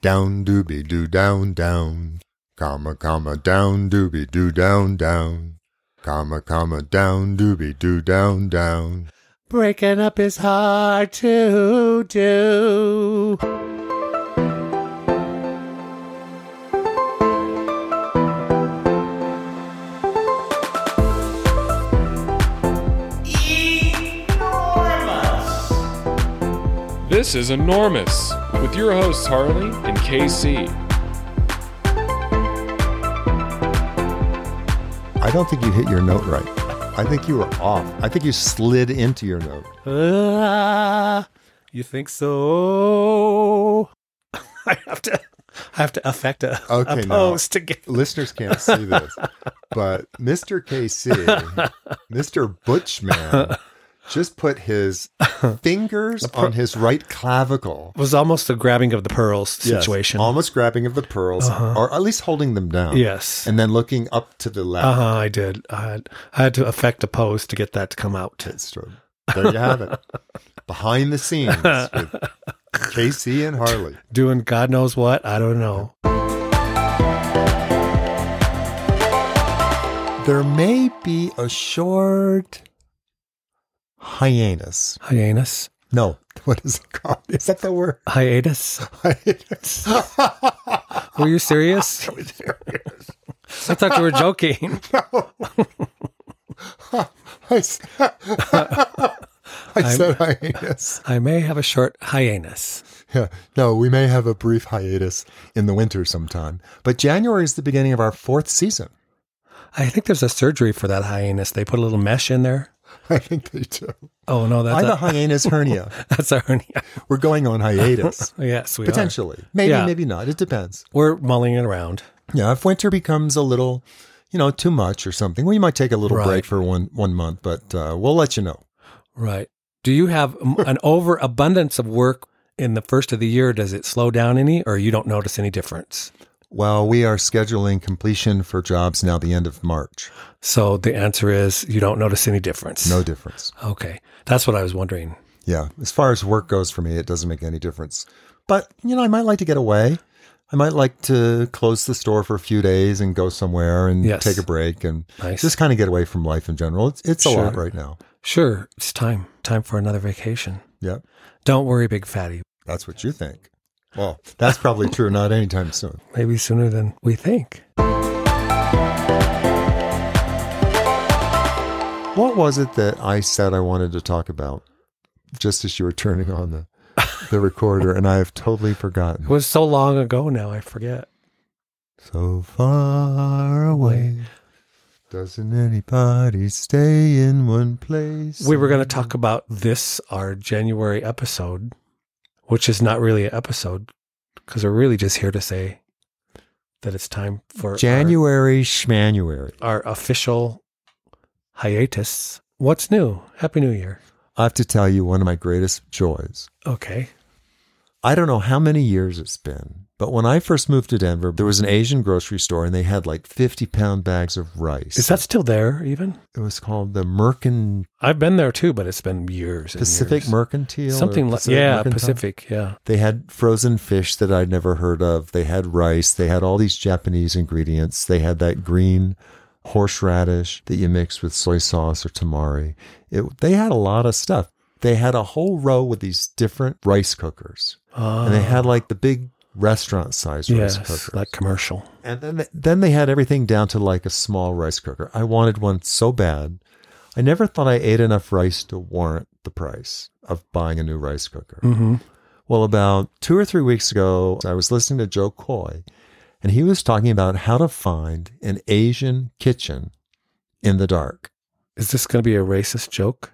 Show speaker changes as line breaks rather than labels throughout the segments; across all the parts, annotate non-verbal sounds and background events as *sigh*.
Down dooby doo down down, comma comma down dooby doo down down, comma comma down dooby doo down down.
Breaking up is hard to do.
This is Enormous with your hosts Harley and KC.
I don't think you hit your note right. I think you were off. I think you slid into your note.
Ah, you think so? *laughs* I have to, I have to affect a, a
Okay, now.
pose to get.
Listeners can't see this, but Mr. KC, Mr. Butchman, just put his fingers on his right clavicle.
It was almost the grabbing of the pearls
Yes,
situation. Uh-huh.
almost grabbing of the pearls, or at least holding them down.
Yes.
And then looking up to the left.
Uh huh. I did. I had, I had to affect a pose to get that to come out.
It's true. There you have
*laughs*
it. Behind the scenes with KC and Harley.
Doing God knows what. I don't know.
There may be a short hiatus.
Hiatus.
No, *laughs* what is it called? Is that the word? *laughs*
Hiatus.
Hiatus.
Were
*laughs*
you serious? I thought you were joking.
I s- *laughs* I said hiatus.
I may have a short hiatus.
Yeah. No, we may have a brief hiatus in the winter sometime, but January is the beginning of our fourth season.
I think there's a surgery for that hiatus. They put a little mesh in there.
I think they do.
Oh no,
I
that's
have a
a,
hiatus hernia.
*laughs* that's a hernia. Oh,
We're going on hiatus.
Yes, *laughs* we are.
Potentially. Maybe,
Yeah.
maybe not. It depends.
We're mulling it around.
Yeah, if winter becomes a little, you know, too much or something, we might take a little
Right.
break for one one month, but uh, we'll let you know.
Right. Do you have m-
*laughs*
an overabundance of work in the first of the year? Does it slow down any, or you don't notice any difference?
Well, we are scheduling completion for jobs now the end of March.
So the answer is you don't notice any difference.
No difference.
Okay, that's what I was wondering.
Yeah, as far as work goes for me, it doesn't make any difference. But, you know, I might like to get away. I might like to close the store for a few days and go somewhere and
Yes.
take a break and
Nice.
just kind of get away from life in general. It's, it's a
Sure.
lot right now.
Sure, it's time. Time for another vacation.
Yeah,
Don't worry, big fatty.
that's what you think. Well, that's probably true. Not anytime soon.
Maybe sooner than we think.
What was it that I said I wanted to talk about just as you were turning on the, the recorder? And I have totally
It
forgotten.
was so long ago now. I forget.
So far away. Doesn't anybody stay in one place?
We were going to talk about this, our January episode, which is not really an episode because we're really just here to say that it's time for our-
January Schmanuary.
our, official hiatus. What's new? Happy New Year.
I have to tell you one of my greatest joys.
Okay.
I don't know how many years it's been, but when I first moved to Denver, there was an Asian grocery store and they had like 50 pound bags of rice.
Is that still there even?
It was called the Mercan
I've been there too, but it's been years. and
Pacific
years.
Mercantile. or
Something like
Pacific
yeah,
Mercantile?
Pacific, yeah.
They had frozen fish that I'd never heard of. They had rice. They had all these Japanese ingredients. They had that green horseradish that you mix with soy sauce or tamari. It, they had a lot of stuff. They had a whole row with these different rice cookers.
Ah,
and they had like the big restaurant size rice
yes,
cookers.
like commercial.
and then they, then they had everything down to like a small rice cooker. I wanted one so bad. I never thought I ate enough rice to warrant the price of buying a new rice cooker.
Mm-hmm.
Well, about two or three weeks ago, I was listening to Joe Coy, and he was talking about how to find an Asian kitchen in the dark.
Is this going to be a racist joke?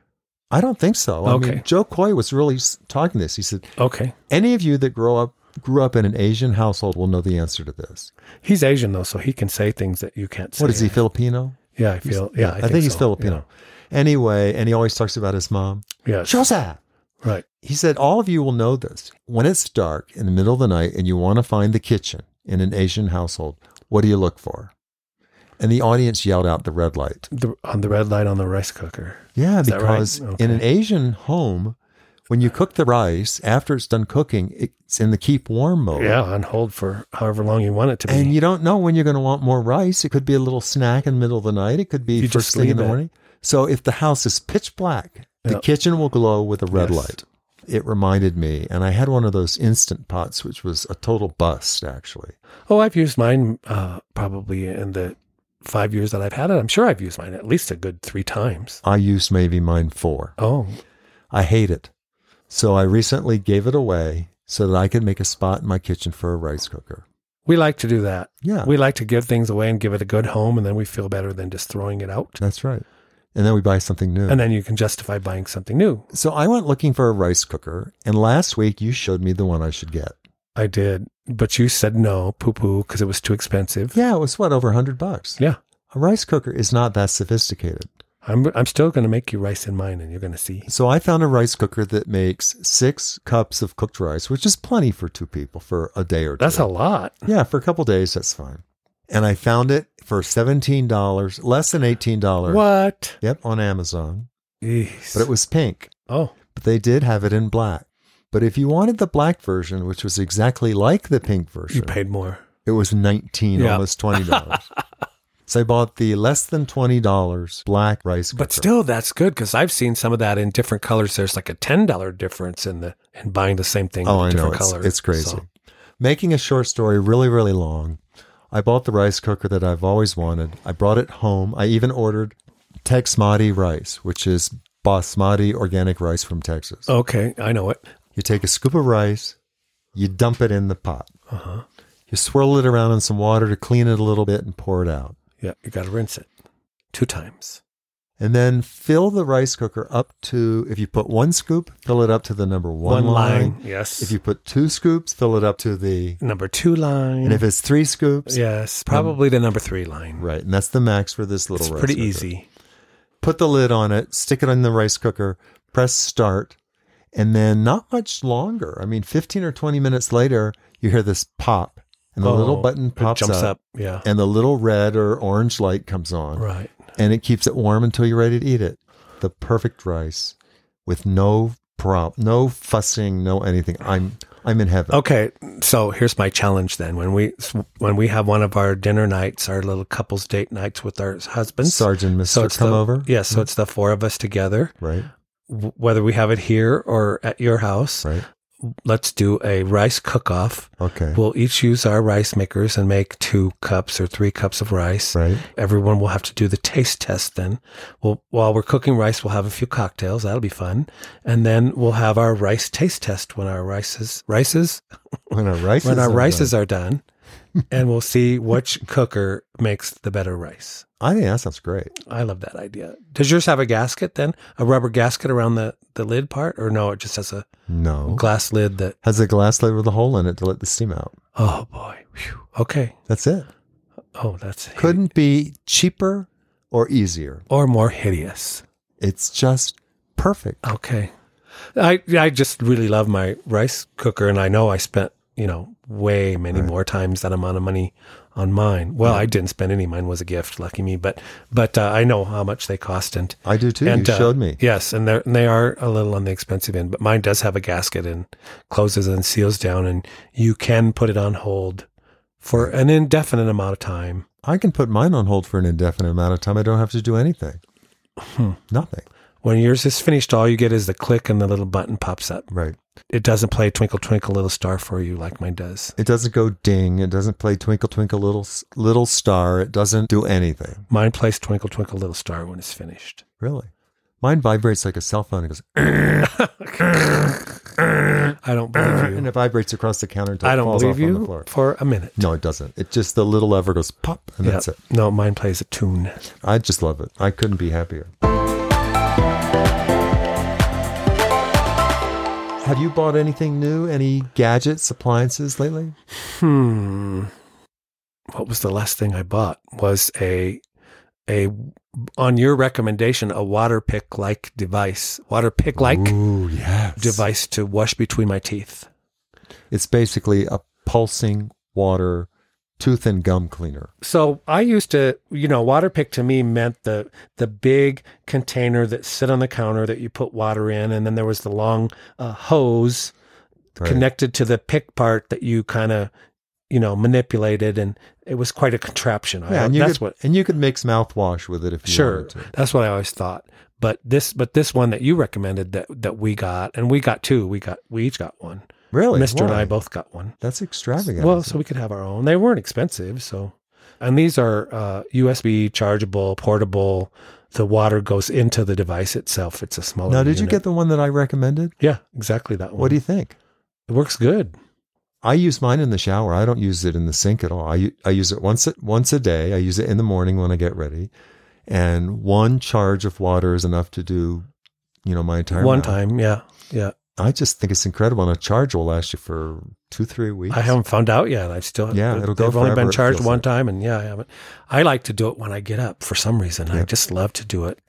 I don't think so. I
Okay.
mean, Joe Coy was really s- talking this. He said,
Okay.
"Any of you that grow up grew up in an Asian household will know the answer to this."
He's Asian though, so he can say things that you can't say.
What is he Filipino?
Yeah, I feel. Yeah,
I, think, he's
so.
Filipino. Anyway, and he always talks about his mom.
Yeah. Yes.
Shosa.
Right.
He said, All of you will know this. When it's dark in the middle of the night and you want to find the kitchen in an Asian household, what do you look for? And the audience yelled out the red light.
The, on the red light on the rice cooker.
Yeah,
Is that right?
because
Okay.
in an Asian home, When you cook the rice, after it's done cooking, it's in the keep warm mode.
Yeah, on hold for however long you want it to be.
And you don't know when you're going to want more rice. It could be a little snack in the middle of the night. It could be
You
first
just
thing in
leave
the
it.
morning. So if the house is pitch black, the
Yeah.
kitchen will glow with a red
Yes.
light. It reminded me, and I had one of those instant pots, which was a total bust, actually.
oh, I've used mine uh, probably in the five years that I've had it. I'm sure I've used mine at least a good three times.
I used maybe mine four.
Oh,
I hate it. So I recently gave it away so that I could make a spot in my kitchen for a rice cooker.
we like to do that.
Yeah,
We like to give things away and give it a good home, and then we feel better than just throwing it out.
that's right. And then we buy something new.
And then you can justify buying something new.
so I went looking for a rice cooker, and last week you showed me the one I should get.
I did, but you said no, poo poo, because it was too expensive.
Yeah, it was what over a hundred bucks.
Yeah.
A rice cooker is not that sophisticated.
I'm, I'm still going to make you rice in mine, and you're going to see.
So I found a rice cooker that makes six cups of cooked rice, which is plenty for two people for a day or two.
That's a lot.
Yeah, for a couple days, that's fine. And I found it for seventeen dollars, less than eighteen dollars.
What?
Yep, on Amazon.
Jeez.
But it was pink.
oh,
But they did have it in black. But if you wanted the black version, which was exactly like the pink version,
you paid more.
it was nineteen,
Yeah.
almost twenty
*laughs*
dollars. so I bought the less than twenty dollars black rice cooker.
But still, that's good because I've seen some of that in different colors. There's like a ten dollar difference in the in buying the same thing.
Oh,
with
I
a
know.
different
It's,
color.
it's crazy.
So,
Making a short story really, really long, I bought the rice cooker that I've always wanted. I brought it home. I even ordered Texmati rice, which is basmati organic rice from Texas.
okay, I know it.
You take a scoop of rice, you dump it in the pot. You swirl it around in some water to clean it a little bit and pour it out.
Yeah, you got to rinse it two times.
And then fill the rice cooker up to, if you put one scoop, fill it up to the number one,
Yes.
If you put two scoops, fill it up to the,
number two line.
and if it's three scoops,
yes, probably the number three line.
Right, and that's the max for this little
It's
rice
pretty
cooker.
easy.
Put the lid on it, stick it in the rice cooker, press start, and then not much longer. I mean, 15 or 20 minutes later, you hear this pop, and the little
Oh,
button
it
pops
jumps
up,
up. Yeah.
and the little red or orange light comes on,
Right.
and uh, it keeps it warm until you're ready to eat it. The perfect rice with no prop, no fussing, no anything. I'm I'm in heaven.
Okay, so here's my challenge then. When we when we have one of our dinner nights, our little couples date nights with our husbands,
Sergeant Mister, come
the,
over. Mm-hmm.
Yeah, so it's the four of us together.
Right,
W- Whether we have it here or at your house,
right.
let's do a rice cook-off.
Okay,
We'll each use our rice makers and make two cups or three cups of rice.
right.
Everyone will have to do the taste test then. We'll, while we're cooking rice, we'll have a few cocktails. That'll be fun. And then we'll have our rice taste test when our rice is, rices,
When our rice
when
is
our
done.
rices are done. and we'll see which cooker makes the better rice.
I think that sounds great.
I love that idea. Does yours have a gasket then? A rubber gasket around the, the lid part? Or no, it just has a
No.
glass lid that,
Has a glass lid with a hole in it to let the steam out.
oh boy. Phew. Okay.
That's it.
Oh, that's
Couldn't be cheaper or easier.
or more hideous.
It's just perfect.
Okay. I I just really love my rice cooker and I know I spent, you know, way many more times that amount of money on mine. Well, I didn't spend any. Mine was a gift, lucky me, but but uh, I know how much they cost and
I do too.
and
you
uh,
showed me.
Yes, and they they are a little on the expensive end, but mine does have a gasket and closes and seals down and you can put it on hold for an indefinite amount of time.
I can put mine on hold for an indefinite amount of time. I don't have to do anything.
Hmm.
Nothing.
When yours is finished, all you get is the click and the little button pops up.
Right.
It doesn't play Twinkle Twinkle Little Star for you like mine does.
It doesn't go ding. It doesn't play twinkle twinkle little s- little star. It doesn't do anything.
Mine plays Twinkle Twinkle Little Star when it's finished.
Really. Mine vibrates like a cell phone. It goes *clears throat*
I
*clears throat*
don't believe
and
you.
it vibrates across the counter until
I
it
don't
falls
believe
off on the
you
floor.
for a minute.
No, it doesn't. It just the little lever goes pop and
Yeah.
that's it.
No, mine plays a tune.
I just love it. I couldn't be happier. Have you bought anything new? Any gadgets, appliances lately?
Hmm. What was the last thing I bought? Was a a on your recommendation a water pick like device, water pick like
Ooh, yes.
device to wash between my teeth.
It's basically a pulsing water tooth and gum cleaner.
So I used to, you know, water pick to me meant the the big container that sit on the counter that you put water in, and then there was the long uh, hose
Right.
connected to the pick part that you kind of, you know, manipulated, and it was quite a contraption. I,
Yeah, and you
Oh, that's
could,
what
and you could mix mouthwash with it if you
sure
wanted to.
that's what I always thought. But this, but this one that you recommended that that we got, and we got two. We got we each got one.
Really,
Mister and
Why?
I both got one.
That's extravagant.
Well,
isn't
so we could have our own. They weren't expensive, so. And these are uh, USB chargeable, portable. The water goes into the device itself. It's a
it?
smaller.
now, did you
unit.
get the one that I recommended?
Yeah, exactly that one.
What do you think?
it works good.
I use mine in the shower. I don't use it in the sink at all. I, u- I use it once a, once a day. I use it in the morning when I get ready, and one charge of water is enough to do, you know, my entire
One
mouth.
time, yeah, yeah.
I just think it's incredible, and a charge will last you for two three weeks.
I haven't found out yet. I've still
Yeah, it'll go
They've only
forever,
been
it
charged
feels
one
like.
time, and yeah, I haven't. I like to do it when I get up for some reason. I
Yeah.
just love to do it.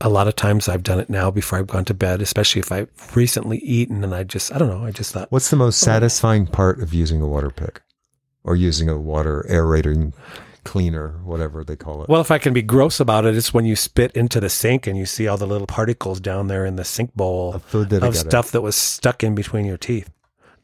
A lot of times I've done it now before I've gone to bed, especially if I've recently eaten and I just I don't know. I just thought
What's the most satisfying part of using a water pick, or using a water aerating cleaner, whatever they call it?
Well, if I can be gross about it, it's when you spit into the sink and you see all the little particles down there in the sink bowl
of
of,
food that I got
stuff that was stuck in between your teeth.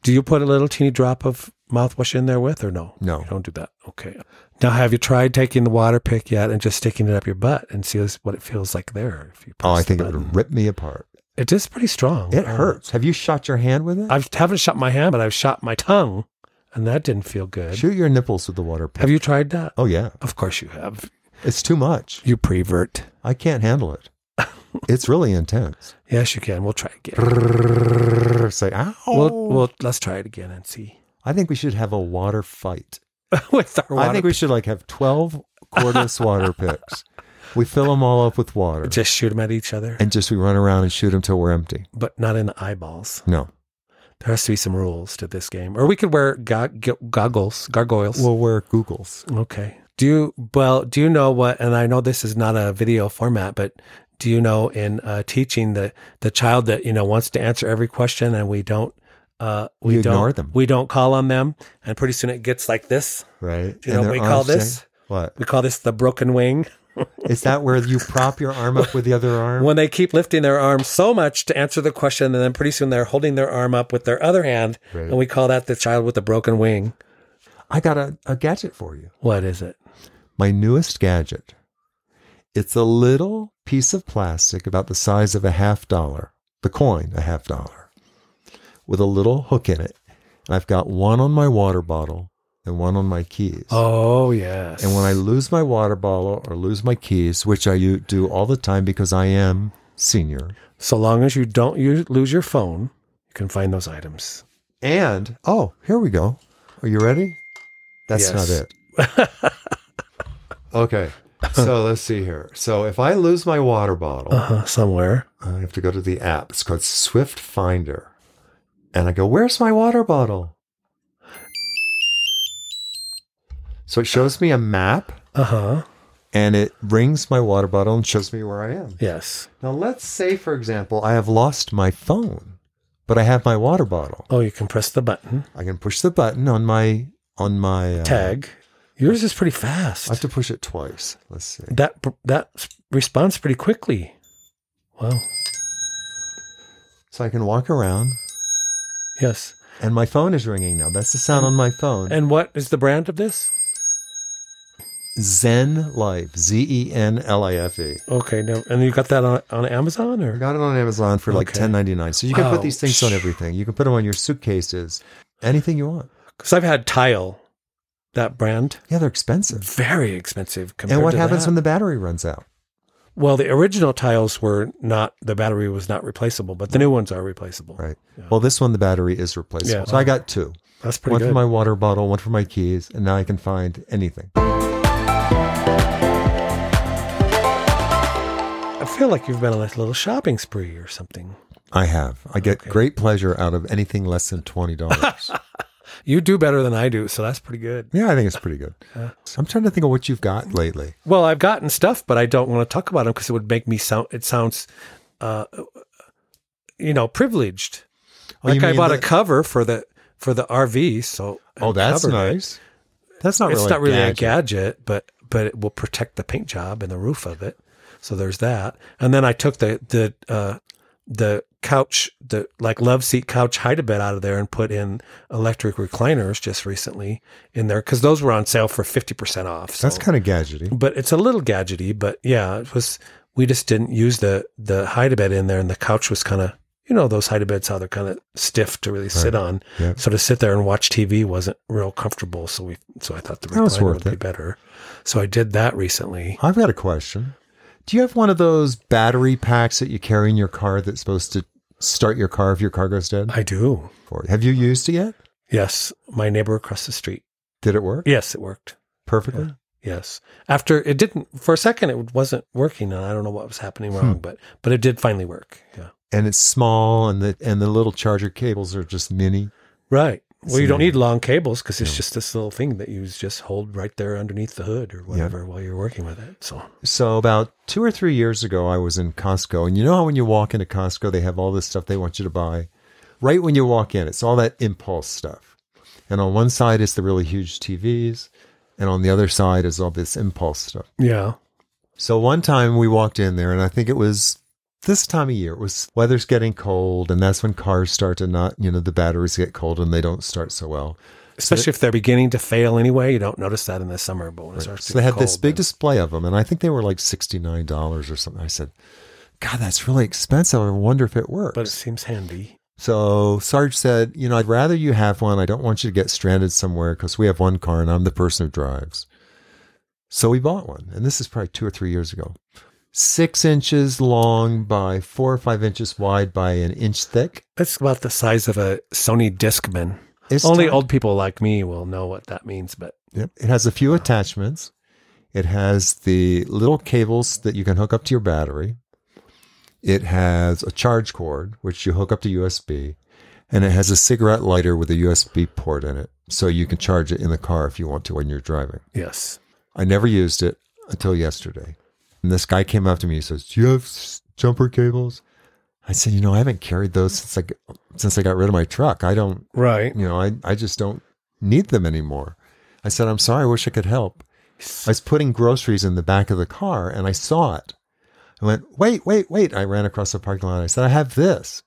Do you put a little teeny drop of mouthwash in there with or no?
No.
You don't do that. Okay. Now, have you tried taking the water pick yet and just sticking it up your butt and see what it feels like there? If you
Oh,
press
I
the
think it
button?
would rip me apart.
It is pretty strong.
It
Uh,
hurts. Have you shot your hand with it?
I haven't shot my hand, but I've shot my tongue, and that didn't feel good.
Shoot your nipples with the water pick.
Have you tried that?
Oh yeah,
Of course you have.
it's too much.
You prevert.
I can't handle *laughs* it. It's really intense.
Yes, you can. We'll try again.
Say, ow.
Well, well, let's try it again
*laughs*
and see.
I think we should have a water fight.
With our water,
I think we should like have 12 *laughs* cordless water picks. We fill them all up with water
just shoot them at each other,
and just we run around and shoot them till we're empty.
but not in the eyeballs.
No.
There has to be some rules to this game, or we could wear go- go- goggles, gargoyles.
We'll wear Googles.
okay. Do you well? Do you know what? And I know this is not a video format, but do you know in uh, teaching the the child that you know wants to answer every question, and we don't. Uh, we
You
don't,
ignore them.
We don't call on them, and pretty soon it gets like this.
Right.
Do you know
And
what
their
we call
arms
this?
hang- What?
We call this the broken wing.
Is that where you prop your arm up with the other arm?
when they keep lifting their arm so much to answer the question, and then pretty soon they're holding their arm up with their other hand,
Right.
and we call that the child with the broken wing.
I got a, a gadget for you.
What is it?
my newest gadget. It's a little piece of plastic about the size of a half dollar, the coin, a half dollar, with a little hook in it. And I've got one on my water bottle and one on my keys.
Oh yes.
And when I lose my water bottle or lose my keys, which I u- do all the time because I am senior,
so long as you don't use, lose your phone, you can find those items.
and oh, here we go. Are you ready? That's
Yes.
not it.
*laughs*
okay. So let's see here. So if I lose my water bottle,
Uh, somewhere.
I have to go to the app. It's called Swift Finder. And I go, where's my water bottle? So it shows me a map
Uh huh.
and it rings my water bottle and shows me where I am.
Yes.
Now, let's say, for example, I have lost my phone, but I have my water bottle.
Oh, you can press the button
I can push the button on my, on my uh,
tag. Yours is pretty
I have
fast.
to push it twice. Let's see.
That that responds pretty quickly. Wow.
So I can walk around
Yes.
and my phone is ringing now. That's the sound on my phone.
And what is the brand of this?
Zen Life, Z E N L I F E.
Okay. Now, and you got that on, on Amazon
I
or?
got it on Amazon for like
Okay. Oh,
ten ninety nine. So you can
Wow.
put these things on everything. You can put them on your suitcases, anything you want.
Because I've had Tile, that brand,
Yeah, they're expensive.
very expensive compared
And what
to
happens
that.
when the battery runs out?
well, the original tiles were not the battery was not replaceable, but the new ones are replaceable.
Right.
Yeah.
Well, this one the battery is replaceable.
Yeah.
So I got two.
That's pretty
One
good.
for my water bottle, one for my keys, and now I can find anything.
I feel like you've been on a little shopping spree or something.
I have. I get
Okay.
great pleasure out of anything less than twenty
*laughs*
dollars.
You do better than I do, so that's pretty good.
yeah, I think it's pretty good. I'm trying to think of what you've got lately.
Well, I've gotten stuff, but I don't want to talk about them because it would make me sound. It sounds, uh, you know, privileged.
Oh, you
like I
mean
bought a
the-
cover for the for the RV, so
Oh, that's
covered it.
nice. That's not
it's
really
not really
gadget.
a gadget, but but it will protect the paint job and the roof of it. So there's that. And then I took the the uh, the couch, the like love seat couch hide a bed out of there and put in electric recliners just recently in there because those were on sale for fifty percent off. So.
That's kind of gadgety.
but it's a little gadgety. But yeah, it was. We just didn't use the the hide a bed in there, and the couch was kind of you know those hide a beds how they're kind of stiff to really sit on.
Yep.
So to sit there and watch TV wasn't real comfortable. So we so I thought the
That was
recliner
worth
would be
it.
better. So I did that recently.
I've got a question. Do you have one of those battery packs that you carry in your car that's supposed to start your car if your car goes dead?
I do.
Have you used it yet?
Yes, my neighbor across the street.
Did it work
Yes, it worked.
perfectly?
Yes. After it didn't for a second it wasn't working and I don't know what was happening wrong,
Hmm.
but but it did finally work. Yeah.
And it's small, and the and the little charger cables are just mini.
Right. Well, you don't
amazing.
need long cables because it's just this little thing that you just hold right there underneath the hood or whatever while you're working with it. So
So about two or three years ago, I was in Costco, and you know how when you walk into Costco, they have all this stuff they want you to buy. Right when you walk in, it's all that impulse stuff. And on one side is the really huge TVs, and on the other side is all this impulse stuff.
yeah.
So one time we walked in there, and I think it was this time of year. It was weather's getting cold, and that's when cars start to not, you know, the batteries get cold and they don't start so well.
Especially if they're beginning to fail anyway, you don't notice that in the summer, but when it starts
So
to
they
get
had this
cold,
big
then-
display of them, and I think they were like sixty nine dollars or something. I said, "God, that's really expensive. I wonder if it works."
but it seems handy.
so Sarge said, "You know, I'd rather you have one. I don't want you to get stranded somewhere because we have one car, and I'm the person who drives." So we bought one, and this is probably two or three years ago. Six inches long by four or five inches wide by an inch thick.
That's about the size of a Sony Discman.
It's
Only
tiny.
old people like me will know what that means, but
Yep. It has a few attachments. It has the little cables that you can hook up to your battery. It has a charge cord, which you hook up to USB. And it has a cigarette lighter with a USB port in it. So you can charge it in the car if you want to when you're driving.
yes.
I never used it until yesterday. And this guy came up to me and says, Do you have s- jumper cables? I said, You know, I haven't carried those since I, g- since I got rid of my truck. I don't
Right.
you know, I, I just don't need them anymore. I said, I'm sorry, I wish I could help. I was putting groceries in the back of the car and I saw it. I went, wait, wait, wait. I ran across the parking lot. I said, I have this.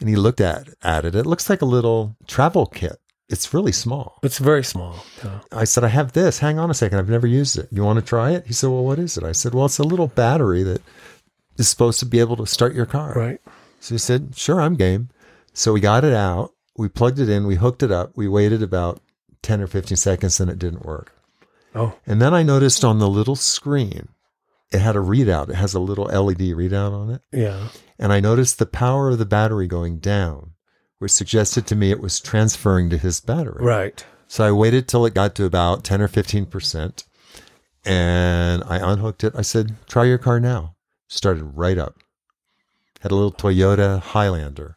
And he looked at, at it. It looks like a little travel kit. It's really small.
It's very small. yeah.
I said, I have this. Hang on a second. I've never used it. You want to try it? He said, Well, what is it? I said, Well, it's a little battery that is supposed to be able to start your car.
Right.
So he said, Sure, I'm game. So we got it out, we plugged it in, we hooked it up, we waited about 10 or 15 seconds and it didn't work.
Oh,
And then I noticed on the little screen, it had a readout. It has a little LED readout on it.
yeah.
And I noticed the power of the battery going down, which suggested to me it was transferring to his battery.
Right.
So I waited till it got to about 10 or 15%. And I unhooked it. I said, try your car now. Started right up. Had a little Toyota Highlander.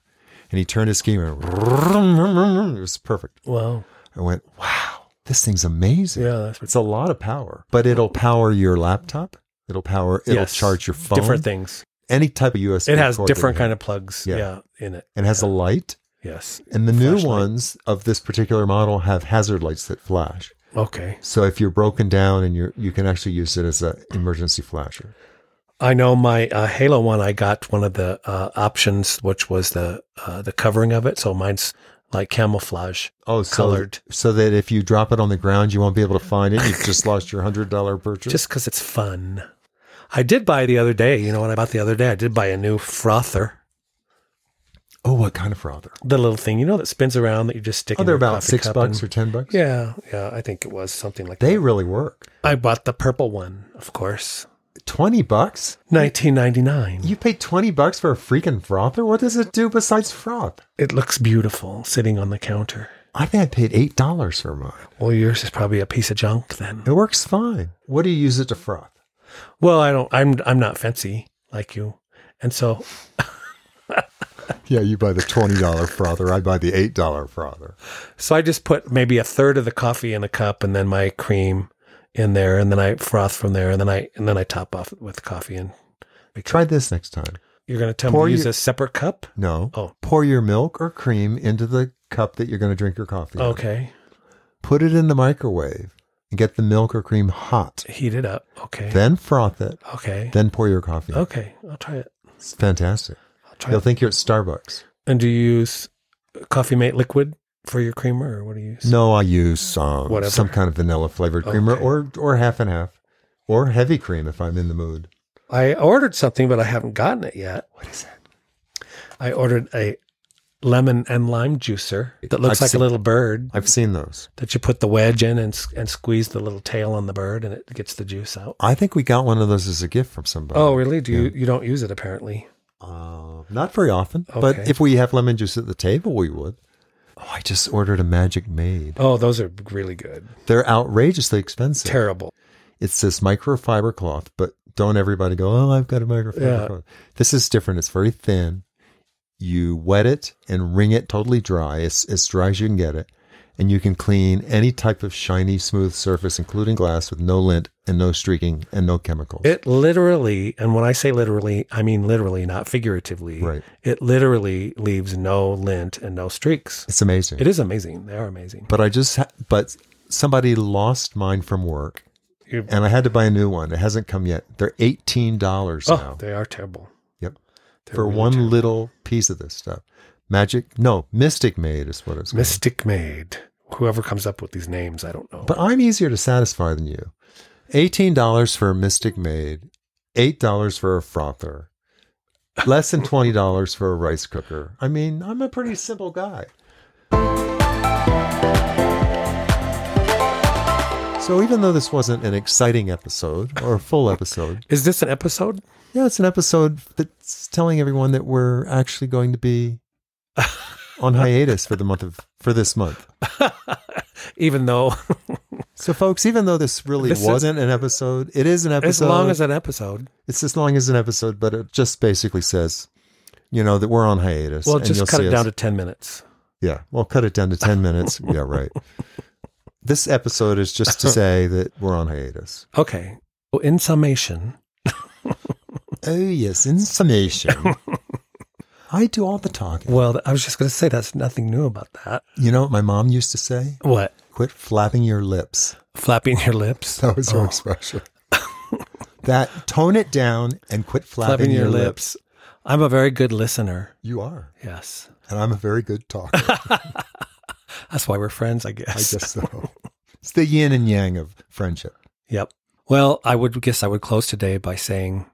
And he turned his key and went, it was perfect.
Wow.
I went, wow, this thing's amazing.
Yeah, that's
It's a lot of power, but it'll power your laptop. It'll power, it'll
Yes.
charge your phone.
different things.
Any type of USB.
It has
cord that
different
you have.
kind of plugs.
Yeah.
Yeah. in it.
And has a light.
Yes.
And the new
Flashlight.
ones of this particular model have hazard lights that flash.
Okay.
So if you're broken down and you're, you can actually use it as an emergency flasher.
I know my uh, Halo one. I got one of the uh, options, which was the uh, the covering of it. So mine's like camouflage.
Oh, so,
Colored.
So that if you drop it on the ground, you won't be able to find it. You've just lost your hundred dollar purchase.
just because it's fun. I did buy the other day. You know what I bought the other day? I did buy a new frother,
oh, what kind of frother?
the little thing you know that spins around that you just stick.
Oh,
in
they're
your
about
coffee
six
cup
bucks
and-
or ten bucks.
yeah, yeah. I think it was something like
they
that.
really work.
I bought the purple one, of course,
Twenty bucks?
nineteen ninety nine.
You paid twenty bucks for a freaking frother? What does it do besides froth?
It looks beautiful sitting on the counter.
I think I paid eight dollars for mine.
Well, yours is probably a piece of junk then.
It works fine. What do you use it to froth?
Well, I don't. I'm I'm not fancy like you, and so
Yeah, you buy the twenty dollar frother. I buy the eight dollar frother.
So I just put maybe a third of the coffee in a cup and then my cream in there and then I froth from there and then I and then I top off with coffee and
Try this next time.
you're gonna tell
Pour
me to use
your-
a separate cup?
No.
Oh.
Pour your milk
Oh.
or cream into the cup that you're going to drink your coffee. in.
Okay.
Put it in the microwave and get the milk or cream hot.
Heat it up. Okay.
Then froth it.
okay.
Then pour your coffee. in.
okay. I'll try it.
It's fantastic.
I'll try
You'll
it.
think you're at Starbucks.
And do you use Coffee Mate liquid for your creamer, or what do you use?
No, I use um,
Whatever.
some kind of vanilla flavored creamer
Okay.
or or half and half or heavy cream if I'm in the mood.
I ordered something, but I haven't gotten it yet.
What is that?
I ordered a lemon and lime juicer that looks
I've
like
seen-
a little bird
I've seen those.
that you put the wedge in and s- and squeeze the little tail on the bird, and it gets the juice out.
I think we got one of those as a gift from somebody.
Oh, really? Do you you don't use it apparently?
Uh, not very often, but
Okay.
if we have lemon juice at the table, we would. Oh, I just ordered a Magic Made.
Oh, those are really good.
They're outrageously expensive.
Terrible.
it's this microfiber cloth, but don't everybody go, oh, I've got a microfiber
Yeah.
cloth. This is different. It's very thin. You wet it and wring it totally dry, as, as dry as you can get it. And you can clean any type of shiny, smooth surface, including glass, with no lint and no streaking and no chemicals.
It literally, and when I say literally, I mean literally, not figuratively.
Right.
It literally leaves no lint and no streaks.
it's amazing.
It is amazing. They are amazing.
But I just, ha- but somebody lost mine from work
You-
and I had to buy a new one. It hasn't come yet. They're $18
oh,
now.
they are terrible.
Yep.
They're
for
really
one
terrible.
little piece of this stuff. Magic, no, Mystic Made is what it's called.
Mystic Maid. Whoever comes up with these names, I don't know.
But I'm easier to satisfy than you. Eighteen dollars for a Mystic Made, eight dollars for a frother, less than twenty dollars for a rice cooker. I mean, I'm a pretty simple guy. So even though this wasn't an exciting episode or a full episode,
is this an episode?
yeah, it's an episode that's telling everyone that we're actually going to
*laughs*
be on hiatus for the month of for this month.
Even though, *laughs*
So, folks, even though this really
This is-
wasn't an episode, it is an episode.
as long as an episode,
it's as long as an episode, but it just basically says, you know, that we're on hiatus.
well,
and
just
you'll
cut
see
it down
us-
to 10 minutes.
yeah. Well, cut it down to
*laughs*
ten minutes. yeah, right. This episode is just to
*laughs*
say that we're on hiatus.
Okay. Well, in summation,
Oh yes, in summation, *laughs* I do all the talking.
well, I was just going to say that's nothing new about that.
You know what my mom used to say?
What?
Quit flapping your lips.
Flapping your lips?
That was her
Oh.
expression. that tone it down and quit flapping,
*laughs* Flapping
your,
your
lips.
lips. I'm a very good listener.
You are,
Yes.
and I'm a very good
*laughs*
talker.
That's why we're friends, I guess.
I guess so. it's the yin and yang of friendship.
*laughs* Yep. Well, I would guess I would close today by saying,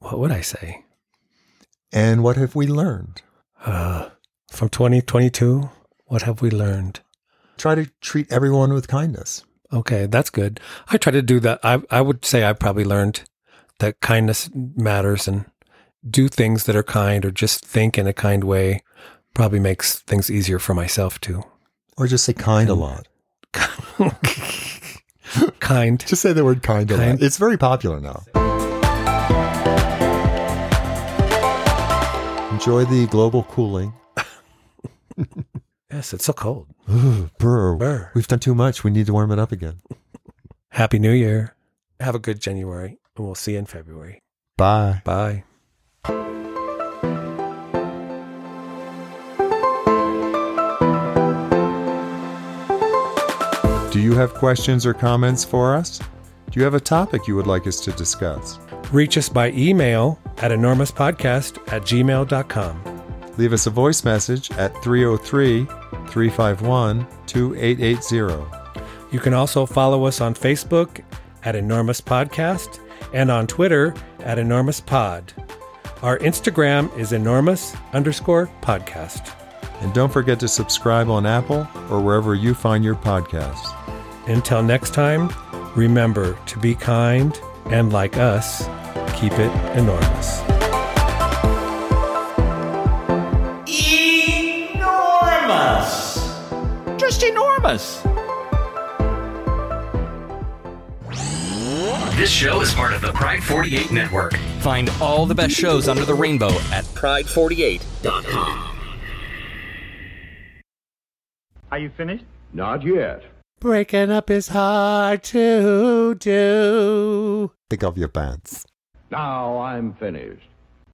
what would I say?
And what have we learned?
Uh, from 2022, what have we learned?
Try to treat everyone with kindness.
Okay, that's good. I try to do that. I, I would say I probably learned that kindness matters and do things that are kind or just think in a kind way probably makes things easier for myself *laughs* too.
Or just say kind a lot.
kind.
Just say the word kind a
Kind.
lot. It's very popular now. Enjoy the global cooling.
Yes, it's so cold.
Ooh, brr,
Brr.
We've done too much. We need to warm it up again.
Happy New Year. Have a good January, and we'll see you in February.
Bye.
Bye.
Do you have questions or comments for us? Do you have a topic you would like us to discuss?
Reach us by email at enormouspodcast at gmail.com.
Leave us a voice message at 303 351 2880.
You can also follow us on Facebook at Enormous Podcast and on Twitter at Enormous Pod. Our Instagram is enormous underscore podcast.
And don't forget to subscribe on Apple or wherever you find your podcasts.
Until next time, remember to be kind and like us, keep it enormous.
Enormous! Just enormous!
This show is part of the Pride 48 Network.
Find all the best shows under the rainbow at pride48.com.
Are you finished?
Not yet.
Breaking up is hard to do.
Think of your pants.
Now I'm finished.